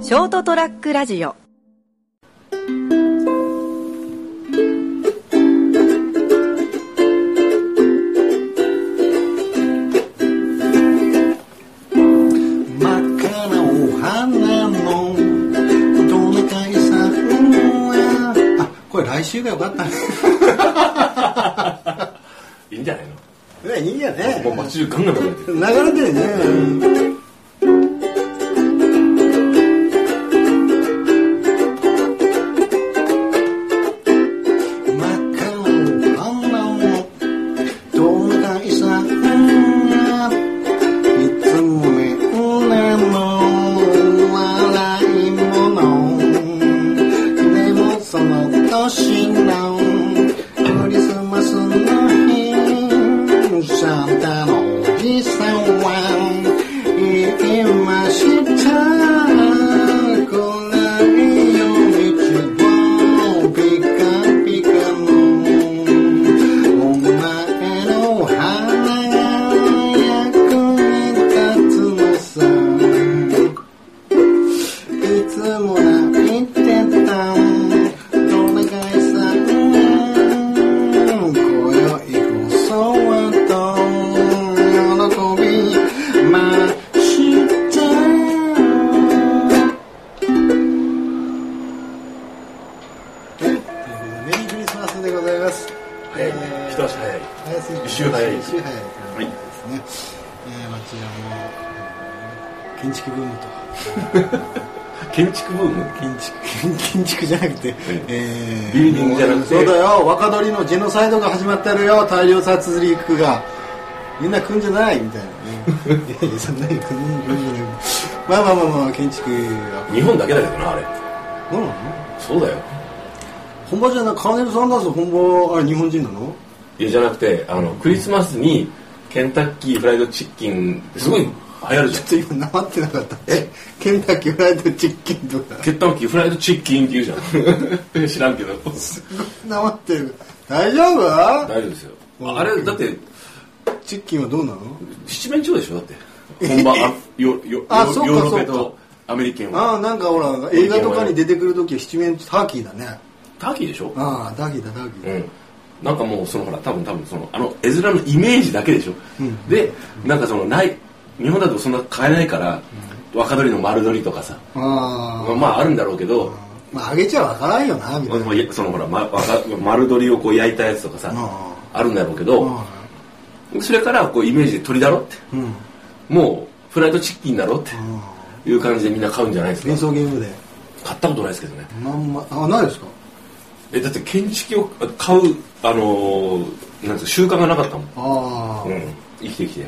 ショートトラックラジオ真っ赤なお花のどなたいさんはあこれ来週がよかったねいいんじゃないのねいいやねもう街中ガンガン流れてる流れてるね真っ赤なお花のどなたいさんはいつもね女の笑い者でもその年のクリスマスの日シャンタのおじさんは言いました来ないよ道をピカピカのお前の花が役に立つのさいつも泣いてたどれがいさ今宵こそはと喜びましたはいメリークリスマスでございます早いね一足早い早すぎ一周早い一周早いということですね、えー、町屋も建築ブームと建築ブーム建築 建築じゃなくて、えビルディングじゃなくてそうだよ若鳥のジェノサイドが始まってるよ大量殺戮がみんな来んじゃないみたいな ねいやいやそんなに来ん来んじゃないまあまあまあまあ建築は日本だけだけどなあれどうなのそうだよ本場じゃないカーネル・サンダース本場あれ日本人なのいやじゃなくてあのクリスマスにケンタッキーフライドチキンすごい流行るじちゃょんっと今なまってなかったえケンタッキーフライドチキンとかケンタッキーフライドチキンって言う じゃん知らんけどなまってる大丈夫大丈夫ですよあれだってチキンはどうなの七面鳥でしょだって本場あよよヨあーそうかロッパそうかとアメリカンはああなんかほら映画とかに出てくる時は七面鳥ターキーだねターキーでしょああダギだダギ、うん、なんかもうそのほら多分多分そのあの絵面のイメージだけでしょ、でなんかそのない日本だとそんな買えないから、若鳥の丸鳥とかさ、ああまああるんだろうけど、まああげちゃわからんよなみたいな、まあいやそのほら、ま、若丸鳥をこう焼いたやつとかさ、うあるんだろうけど、それからこうイメージで鳥だろってうんうんもうフライドチキンだろっていう感じでみんな買うんじゃないで連すか想ゲームで買ったことないですけどねまんまあないですかえだって建築を買うあのーなんつうの習慣がなかったもん、ああ、うん、生きてきて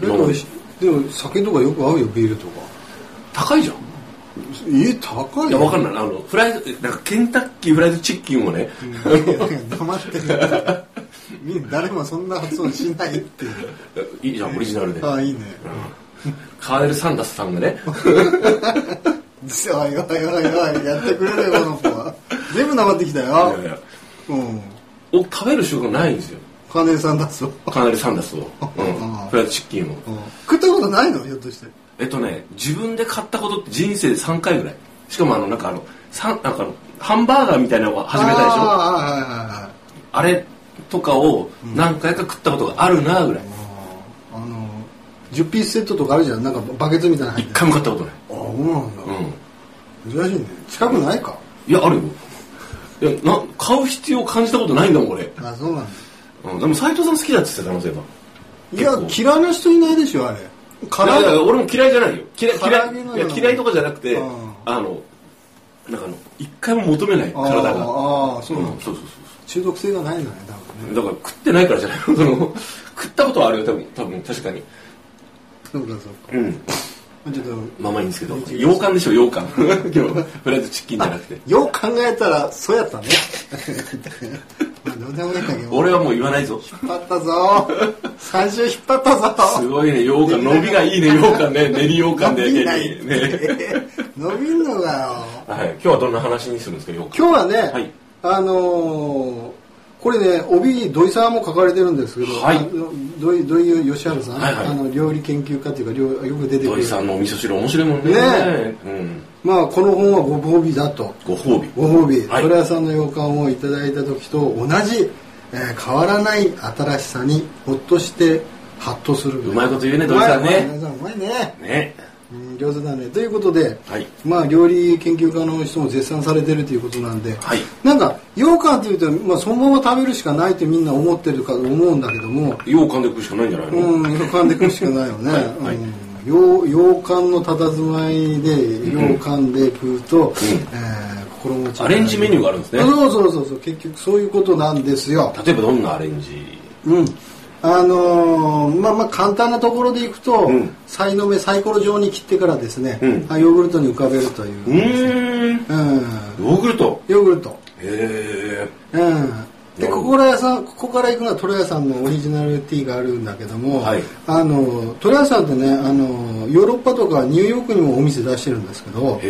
でもでも酒とかよく合うよビールとか高いじゃんえ高いいやわかんないないあのフライドなんかケンタッキーフライドチキンをね、黙って るみんな誰もそんな発音しないっていういいじゃんオリジナルで、ああいいねカーネル・サンダースさんがねおいおいおいおいやってくれるよこの子は全部黙ってきたいよやいやうんを食べる習慣ないんですよカーネルさんだぞ、カーネル・サンダースを、あうん、フライドチキンうをん、食ったことないのひょっとしてえっとね自分で買ったことって人生で3回ぐらいしかもあのなんかあのさんなんかあのハンバーガーみたいなのを始めたでしょあああはいはいはいはいれとかを何回か食ったことがあるなぐらいあの10ピースセットとかあるじゃんなんかバケツみたいなの入一ってる回も買ったことない、あそうなんだ、うん、珍しいね近くないかいやあるよいやな買う必要を感じたことないんだもん俺あそうなんだうん、でも斎藤さん好きだって言ってた可能性がいや結嫌いな人いないでしょあれい辛やいいや俺も嫌いじゃないよ嫌い唐揚げのような嫌いいや嫌いとかじゃなくてうあんのなんかあの一回も求めないあー体がうんあーそそううなんそだ、うそう中毒性がないのね多分ねそうだから食ってないからじゃない その食ったことはあるよ多分多分確かにそうかそうかうんまあちょっとまあまあいいんですけど羊羹でしょ羊羹 今日フライドチキンじゃなくてよく考えたらそうやったねまあどうでもいいんだけど俺はもう言わないぞ引っ張ったぞ三週引っ張ったぞすごいね羊羹伸びがいいね羊 羹ね練り羊羹で伸びないってね伸びんのかよはい今日はどんな話にするんですか羊今日はね、はいあのーこれね帯土井さんも書かれてるんですけど、はいあの土井土井善晴さん、はいはいあの料理研究家というか料よく出てく土井るさんのお味噌汁面白いもんねねうん、まあこの本はご褒美だとご褒美ご褒美、はいトラさんの洋館をいただいた時と同じ、えー変わらない新しさにほっとしてハッとするうまいこと言うね土井土井さんねうまいねねうん上手だねということで、はいまあ料理研究家の人も絶賛されてるということなんで、はいなんか羊羹っていうと、まあ、そのまま食べるしかないってみんな思ってるかと思うんだけどもよう噛んでいくしかないんじゃないの、うん噛んでくるしかないよね、はいはいうん羊羊羹のたたずまいで羊羹で食うと、えー心持ちアレンジメニューがあるんですねそうそうそうそう結局そういうことなんですよ例えばどんなアレンジうんあのーまあまあ簡単なところでいくと、うんさいの目サイコロ状に切ってからですね、うんあヨーグルトに浮かべるといううーんうんヨーグルトヨーグルト。うん。で、へうんここから屋さん、ここから行くのはトラヤさんのオリジナルティーがあるんだけども、はいあの、トラヤさんってね、あの、ヨーロッパとかニューヨークにもお店出してるんですけどえ、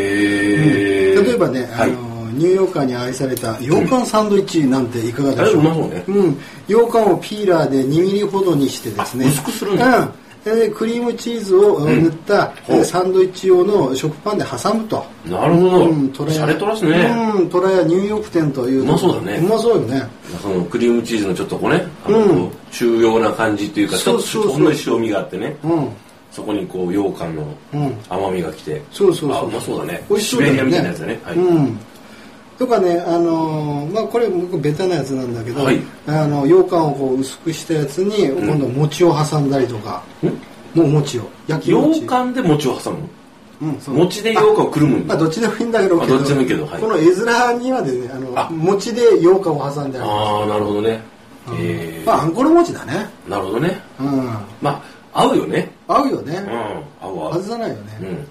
へえ、例えばね、はいあの、ニューヨーカーに愛された羊羹サンドイッチなんていかがあでれしうょうまか。そうねうん。羊羹をピーラーで2ミリほどにしてですね。あ薄くするんだうん。でクリームチーズを塗った、ほうサンドイッチ用の食パンで挟むと。なるほど、うん、トラシヤャレとらすね、うん、トラヤニューヨーク店といううまそうだねうまそうよねそのクリームチーズのちょっとこうね、あうのん中庸な感じっていうか、ちょっとそうそうそうほんのり塩味があってね、うんそこにこう羊羹のうん甘みがきて、そうそうそうあうまそうだね。美味しそうだよねシベリアみたいなやつだね。はい。うんとかねあのーまあこれ僕ベタなやつなんだけど、はいあの羊羹をこう薄くしたやつにん今度餅を挟んだりとか、もう餅を焼き餅羊羹で餅を挟むの。うんそう餅で羊羹をくるむんまあだ。どっちでもいいんだけどあどっちでもいいけどはいこの絵面にはですねあのあ餅で羊羹を挟んであるああ、なるほどね。えまああんころ餅だねーなるほどね。うんまあ、合うよね。合うようんね、。合う合外う。さないよね、うん。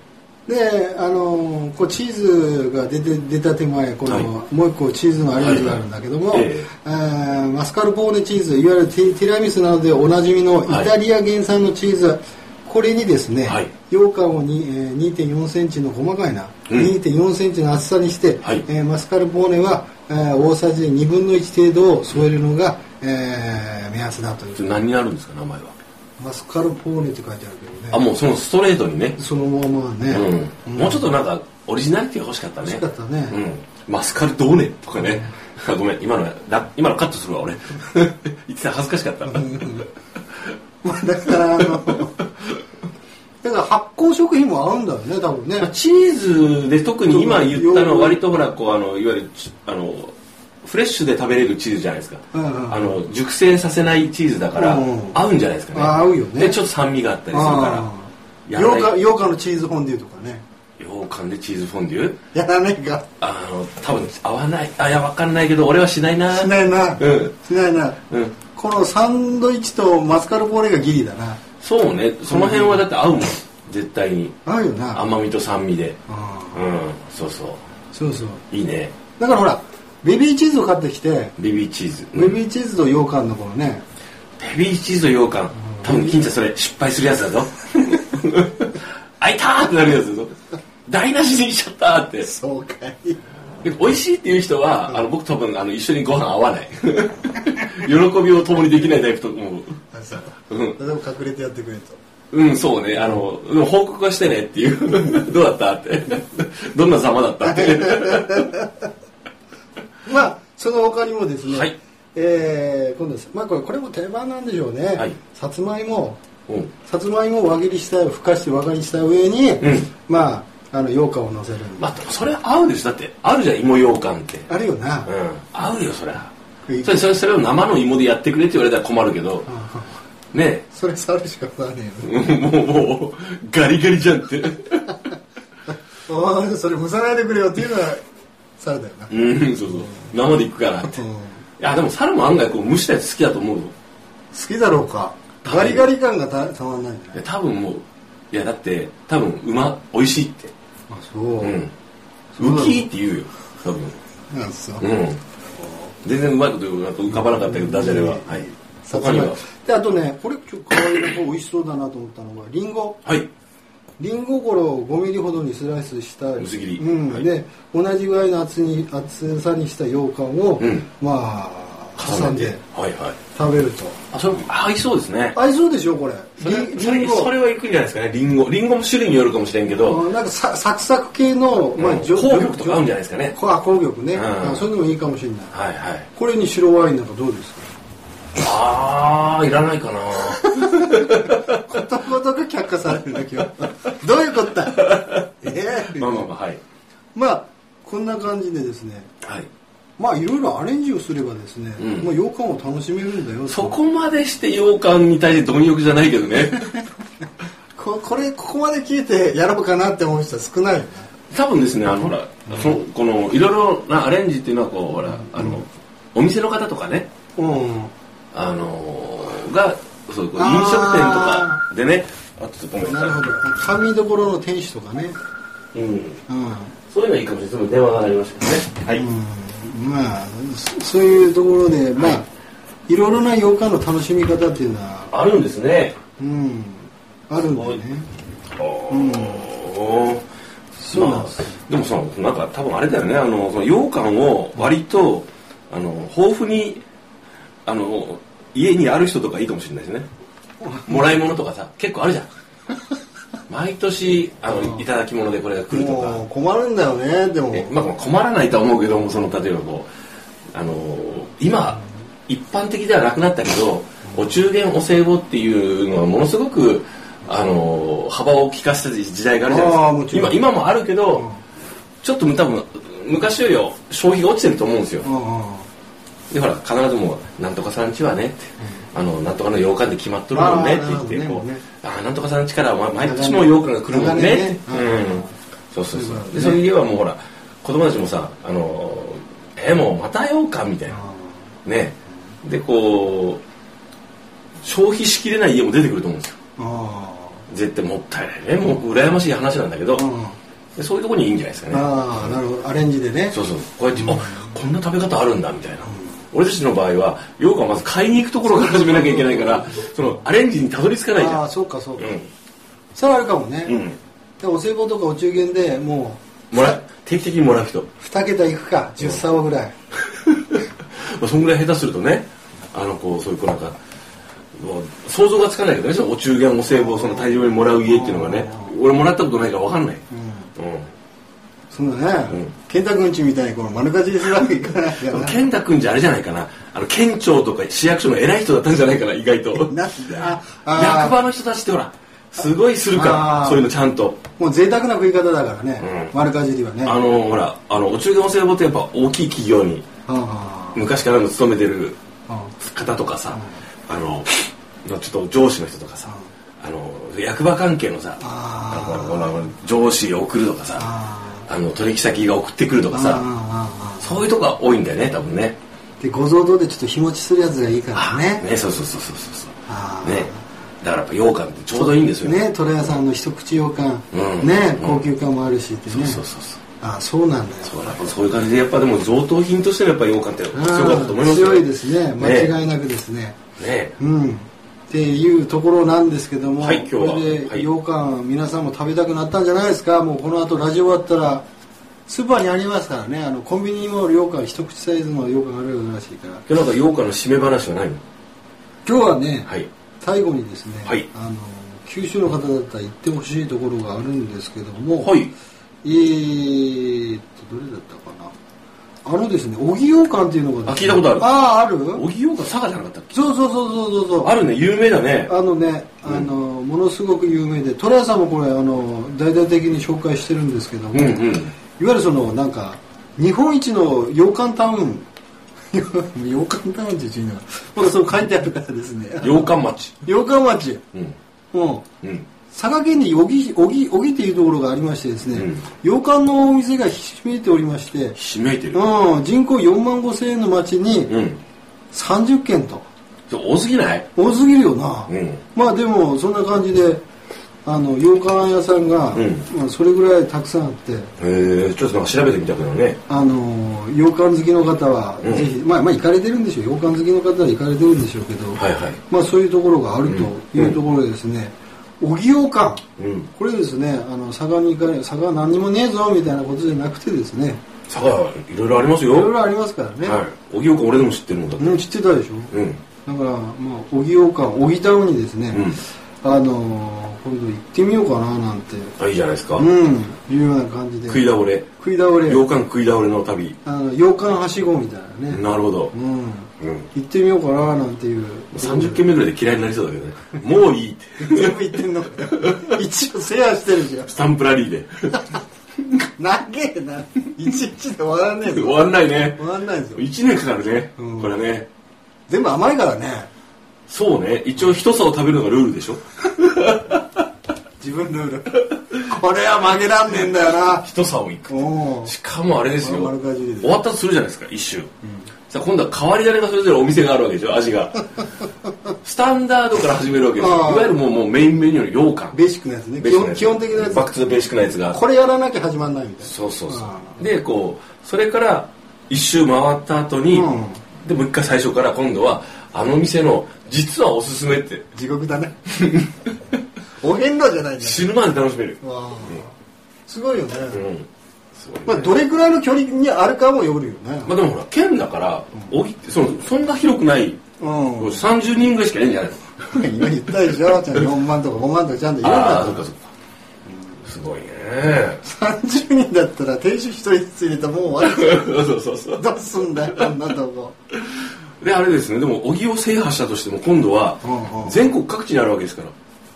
であのこうチーズが出て出た手前この、はいもう一個チーズのアレンジがあるんだけども、はいはいええあーマスカルポーネチーズいわゆるティティラミスなどでおなじみのイはいタリア原産のチーズ、これにですね、はい羊羹をにえー2.4センチの細かいな、うん2.4センチの厚さにして、はいえーマスカルポーネは、えー大さじ2分の1程度を添えるのが、えー目安だといそれう何になるんですか、名前は。マスカルポーネって書いてあるけどねあ、もうそのストレートにね。そのままね、うん。もうちょっとなんか、オリジナリティが欲しかったね。欲しかったねうん。マスカルドーネとかね。あごめん、今の、だ今のカットするわ、俺。 言ってた恥ずかしかった。まあだからあのだから発酵食品も合うんだよね多分ねまあチーズで特に今言ったのは割とほらこうあのいわゆるちあのフレッシュで食べれるチーズじゃないですか、うんうんあの熟成させないチーズだからうん合うんじゃないですかね、あ合うよねでちょっと酸味があったりするあからあや羊らな羹い羊羹のチーズフォンデュとかね羊羹でチーズフォンデュやらないかあの多分合わないあいやわかんないけど俺はしないなしないな、うんしないな、うんこのサンドイッチとマスカルポーネがギリだなそうねその辺はだって合うもん絶対に合うよな甘みと酸味であうんそうそそうそうういいねだからほらベビーチーズを買ってきてベビーチーズ、うんベビーチーズと羊羹のこのね、ベビーチーズと羊羹多分金ちゃんそれ失敗するやつだぞあいたーってなるやつだぞ台無しにしちゃったーってそうかいで美味しいっていう人はあの僕多分あの一緒にご飯合わない喜びを共にできないタイプと思うあそううんでも隠れてやってくれとうんそうねあのでも報告はしてねっていうどうだったってどんな様だったって まあその他にもですね、はいえー今度です、まあ、これこれも定番なんでしょうね、はいさつまいもうんさつまいもを輪切りしたふかして輪切りした上に、んまああの羊羹をのせる、まあでもそれ合うでしょだってあるじゃん芋羊羹ってあるよな、うん合うよそりゃそれそれそれを生の芋でやってくれって言われたら困るけどねえそれ触るしかないねうんもうもうガリガリじゃんってえのおいそれむさないでくれよっていうのは猿だよな、うんそうそう生でいくからっていうん好やでも猿も案外こう蒸したやつ好きだと思うよきだろうかガリガリ感がたたまんないんだいや多分もういやだって多分馬美味しいってあそう、うんそうなの浮きって言うよ多分なんそううん全然うまいこと言うなんか浮かばなかったけどダジャレははいさつま他いにもはであとねこれちょっと可愛いなこれ美味しそうだなと思ったのがリンゴはいリンゴ頃を5ミリほどにスライスした薄切りうんはいで同じぐらいの厚に厚さにした羊羹を、うんまあ重重ねねててはいはい食べるとあそれ合いそうですね合いそうでしょこれそれりそれりんごそれはいくんじゃないですかねリンゴリンゴも種類によるかもしれんけど、あなんかさサクサク系の、まあうんじょ紅玉とか合うんじゃないですかねこあ紅玉ね、うんあそういうのもいいかもしれないはいはいこれに白ワインなんかどうですか ああいらないかな片言が却下されるんだ今日どういう ことだええまあまあまあはいまあこんな感じでですねはいまあいろいろアレンジをすればですね、うんもう洋館を楽しめるんだよそこまでして羊羹に対して貪欲じゃないけどね ここれここまで聞いてやろうかなって思う人は少ないよね多分ですねあのほら、そのこのいろいろなアレンジっていうのはこうほらあの、お店の方とかねうんあのーがそうこう飲あー食店とかでねあとちょっとごめんななさいるほど神どころの天使とかねうん、うん、そういうのはいいかもしれないちょっと電話が鳴りましたけどねはい、うん、まあそそういうところでまあ、い、ろいろな洋館の楽しみ方っていうのはあるんですねうんあるんだよねおんーそうなんですまあでもさなんか多分あれだよねあのその羊羹を割とあの豊富にあの家にある人とかいいかもしれないですねもらい物とかさ結構あるじゃん毎年あのいただき物でこれが来るとかもう困るんだよねでもえまあ、困らないとは思うけどもその例えばこう、あのー今一般的ではなくなったけどお中元お歳暮っていうのはものすごく、あのー幅を利かせた時代があるじゃあーないもですちかろ今ん今もあるけど、ちょっと多分昔よりは消費が落ちてると思うんですようんうんでほら必ずもう「なんとかさんちはね」って「あのなんとかの洋館で決まっとるもんね」ってあ言っーなてるほこどねう「あーなんとかさんちからは毎年もう洋館が来るもんね」って長年ねうんそうそうそそううだねでそういう家はもうほら子供たちもさ「あのーえもうまた洋館」みたいなねでこう消費しきれない家も出てくると思うんですよあ絶対もったいないねもう羨ましい話なんだけどーうんでそういうところにいいんじゃないですかねあーなるほどアレンジでねそうそうこうやって、あこんな食べ方あるんだみたいな、俺たちの場合は羊羹をまず買いに行くところから始めなきゃいけないからそのアレンジにたどり着かないじゃあんあそうかそうか、うそれはあるかもね、ん、うん、でお歳暮とかお中元でももら定期的にもらう人、まう 2桁いくか10竿ぐらい、あ、そんぐらい下手するとねあのこうそういうこうなんかもう想像がつかないけどねそのお中元お歳暮をその大量にもらう家っていうのがね俺もらったことないから分かんない、うそんなね、うん健太君ちみたいにこの丸かじりするわけいかないからん、健太君じゃあれじゃないかなあの県庁とか市役所の偉い人だったんじゃないかな意外とななんでああ役場の人たちってほらすごいするからあーそういうのちゃんともう贅沢な食い方だからね、うん丸かじりはねあのほらあのお中元お歳暮ってやっぱ大きい企業にあ昔からの勤めてるああ方とかさ、あののちょっと上司の人とかさ、あの役場関係のさあーなんかこのあの上司が送るとかさああの取引先が送ってくるとかああさあそういうとこが多いんだよね多分ねあでご贈答でちょっと日持ちするやつがいいからねねそうそうそうそうそうああねだからやっぱ羊羹ってちょうどいいんですよね虎屋さんの一口羊羹、うんねうん高級感もあるしってね、そうそうそうそうああそうなんだよそうやっぱそういう感じでやっぱでも贈答品としてのやっぱ羊羹って強かったと思いますよ強いですね間違いなくですねねうんっていうところなんですけども、はい今日はこれではい羊羹皆さんも食べたくなったんじゃないですかもうこの後ラジオ終わったらスーパーにありますからねあのコンビニにも羊羹一口サイズの羊羹あるらしいからでなんか羊羹の締め話はないの今日はね、はい最後にですね、はいあの九州の方だったら行ってほしいところがあるんですけども、はいえーっとどれだったかなあのですね小木羊羹っていうのがですねあ聞いたことあるああある小木羊羹佐賀じゃなかったっけそうそうそうそうそうそうあるね有名だねあのね、あのものすごく有名でトラヤさんもこれあの大々的に紹介してるんですけども、うんういわんゆるそのなんか日本一の洋館タウ ン洋館タウンって言うのが僕はそう書いてあるからですね羊羹町洋館町うんうんうん佐賀県に小木小木小木っていうところがありましてですね、うん洋館のお店がひしめいておりまして、ひしめいてるうん、人口4万5千円の町にうん30軒とちょ多すぎない多すぎるよな、うんまあでもそんな感じであの洋館屋さんが、うんまあ、それぐらいたくさんあってへえちょっとなんか調べてみたくなるねあの洋館好きの方は、うんぜひまあまあ行かれてるんでしょう洋館好きの方は行かれてるんでしょうけど、はいはいまあそういうところがあるというところでですね小木洋館うんこれですねあの佐賀に行かれ佐賀何にもねえぞみたいなことじゃなくてですね佐賀いろいろありますいろいよろありますからね、はい荻岡俺でも知ってるもんだってね知ってたでしょうんだからまあ荻岡荻田にですね、あのー今度行ってみようかななんてあいいじゃないですかうんいうような感じで食い倒れ食い倒れ洋館食い倒れの旅あの洋館はしごみたいなねなるほどうんうん行ってみようかななんていう30軒目ぐらいで嫌いになりそうだけどねもういいって全部行ってんの 一応セアしてるじゃんスタンプラリーで長えな一日で終わらねえ終ぞわんないね終わんないぞ1年かかるねうんこれね全部甘いからねそうね一応一皿食べるのがルールでしょ自分ルールこれは曲げらんねえんだよな一皿をいくおおしかもあれですよ丸かじりです終わったとするじゃないですか一周、さあ今度は変わり種がそれぞれお店があるわけでしょ味がスタンダードから始めるわけですあよあいわゆるもうもうメインメニューの羊羹ベーシックなやつねベ基ーシックな本やつ基本的なやつバックトゥベーシックなやつがこれやらなきゃ始まんないみたいなそうそうそあうでこうそれから一周回った後に、うんでもう一回最初から今度はあの店の実はおすすめって地獄だ ねお遍路じゃないんだ死ぬまで楽しめるわあすごいよね、うんすごいねまあ、どれくらいの距離にあるかもよるよね、まあでもほら県だから、おぎそのそんな広くない、うん30人ぐらいしかいないんじゃないの今言ったでしょちゃんと4万とか5万とかちゃんと言うんああだそとっかそっかすごいね 30人だったら定食1人ずつ入れたらもう終わるそうそうそうどうすんだよあんなとこであれですねでも小木を制覇したとしても今度はうんうん全国各地にあるわけですから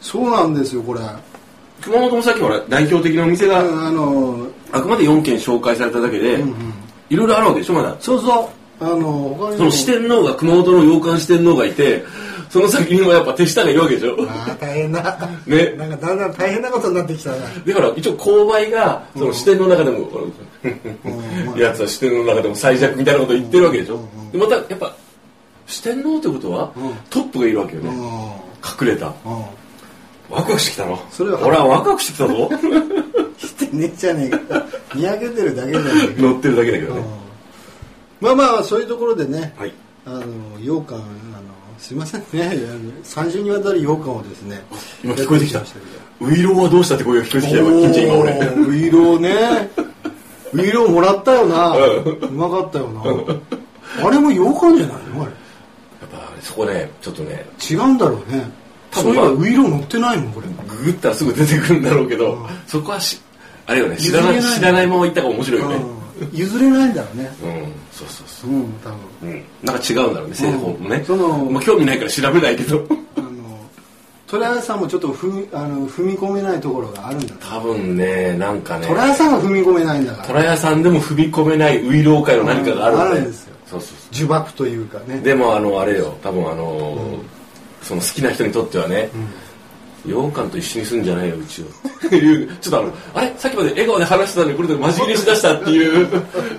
そうなんですよこれあ熊本もさっきほら代表的なお店がのあくまで4軒紹介されただけで、うんうんいろいろあるわけでしょまだそうそうあの他にその四天王が熊本の洋館四天王がいてその先にはやっぱ手下がいるわけでしょああ大変だねなんかだんだん大変なことになってきたなでほら一応勾配がその四天王の中でも、ほんまあらやつは四天王の中でも最弱みたいなこと言ってるわけでしょ、でまたやっぱ四天王ってことは、うんトップがいるわけようね、ん隠れたうんワクワクしてきたのそれは俺はワクワクしてき たぞしてねえじゃねえかにやけてるだけじゃねえか乗ってるだけだけどうんね、まあまあそういうところでね、はいあの羊羹あのすいませんねあの3週にわたり羊羹をですね今聞こえてきたやっウイローはどうしたって声が聞こえててききたまよした近所今俺おーウイローねウイローもらったよなうまかったよなあれも羊羹じゃないのあれやっぱそこねちょっとね違うんだろうね多そう分いえまあばウイロー乗ってないもんこれググったらすぐ出てくるんだろうけど、うんそこはしあれよね知らない譲れない知らないまま行った方が面白いよねうん譲れないんだろうねうん、そうそうそううん多分うん、なんか違うんだろうね製法もね、そのまあ、興味ないから調べないけどあのトライさんもちょっと踏みあの踏み込めないところがあるんだ多分ねなんかねトライさんは踏み込めないんだから虎屋さんでも踏み込めないウイロー界の何かがあるんだよあるんですよそうそうそ呪縛というかねうでもあのあれよ多分あのーその好きな人にとってはね、羊羹と一緒にすんじゃないようちをっていうちょっとあのあれさっきまで笑顔で話してたのにこれでマジ切れしだしたっていう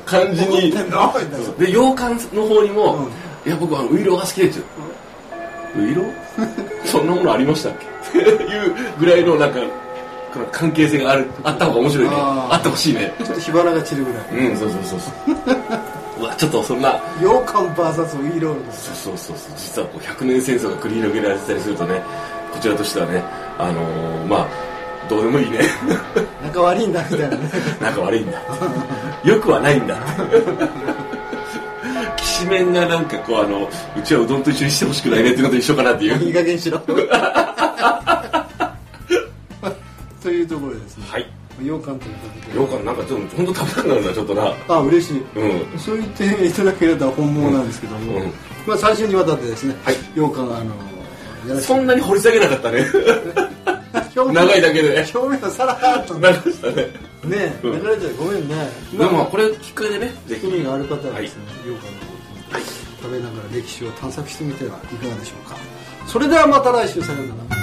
感じにで洋館の方にも、いや僕はウイローが好きですよ、ウイロー そんなものありましたっけ っていうぐらいのなんかこの関係性があるあった方が面白いねああーってほしいねちょっと火花が散るぐらいうんそうそうそうそううわちょっとそんな羊羹 VS ウイローですそうそうそうそう実はこう100年戦争が繰り広げられてたりするとねこちらとしてはねあのーまあどうでもいいね仲悪いんだみたいなね仲悪いんだよくはないんだきしめんがなんかこうあのうちはうどんと一緒にしてほしくないねっていうのと一緒かな っていういい加減しろというところでですねはい羊羹ということでようかんなんかちょっと本当食べたくなるなちょっとなあ嬉しいうんそう言っていただければ本望なんですけども、うんまあ最終にわたってですね、はい羊羹あのやらせ そんなに掘り下げなかった ねて表面長いだけで表面をさらーっとね長かったねね流うんれちゃうごめんね、でまあもこれきっかけでねぜ興ひ味がある方はですね、羊羹のことを食べながら歴史を探索してみてはいかがでしょうかそれではまた来週さようなら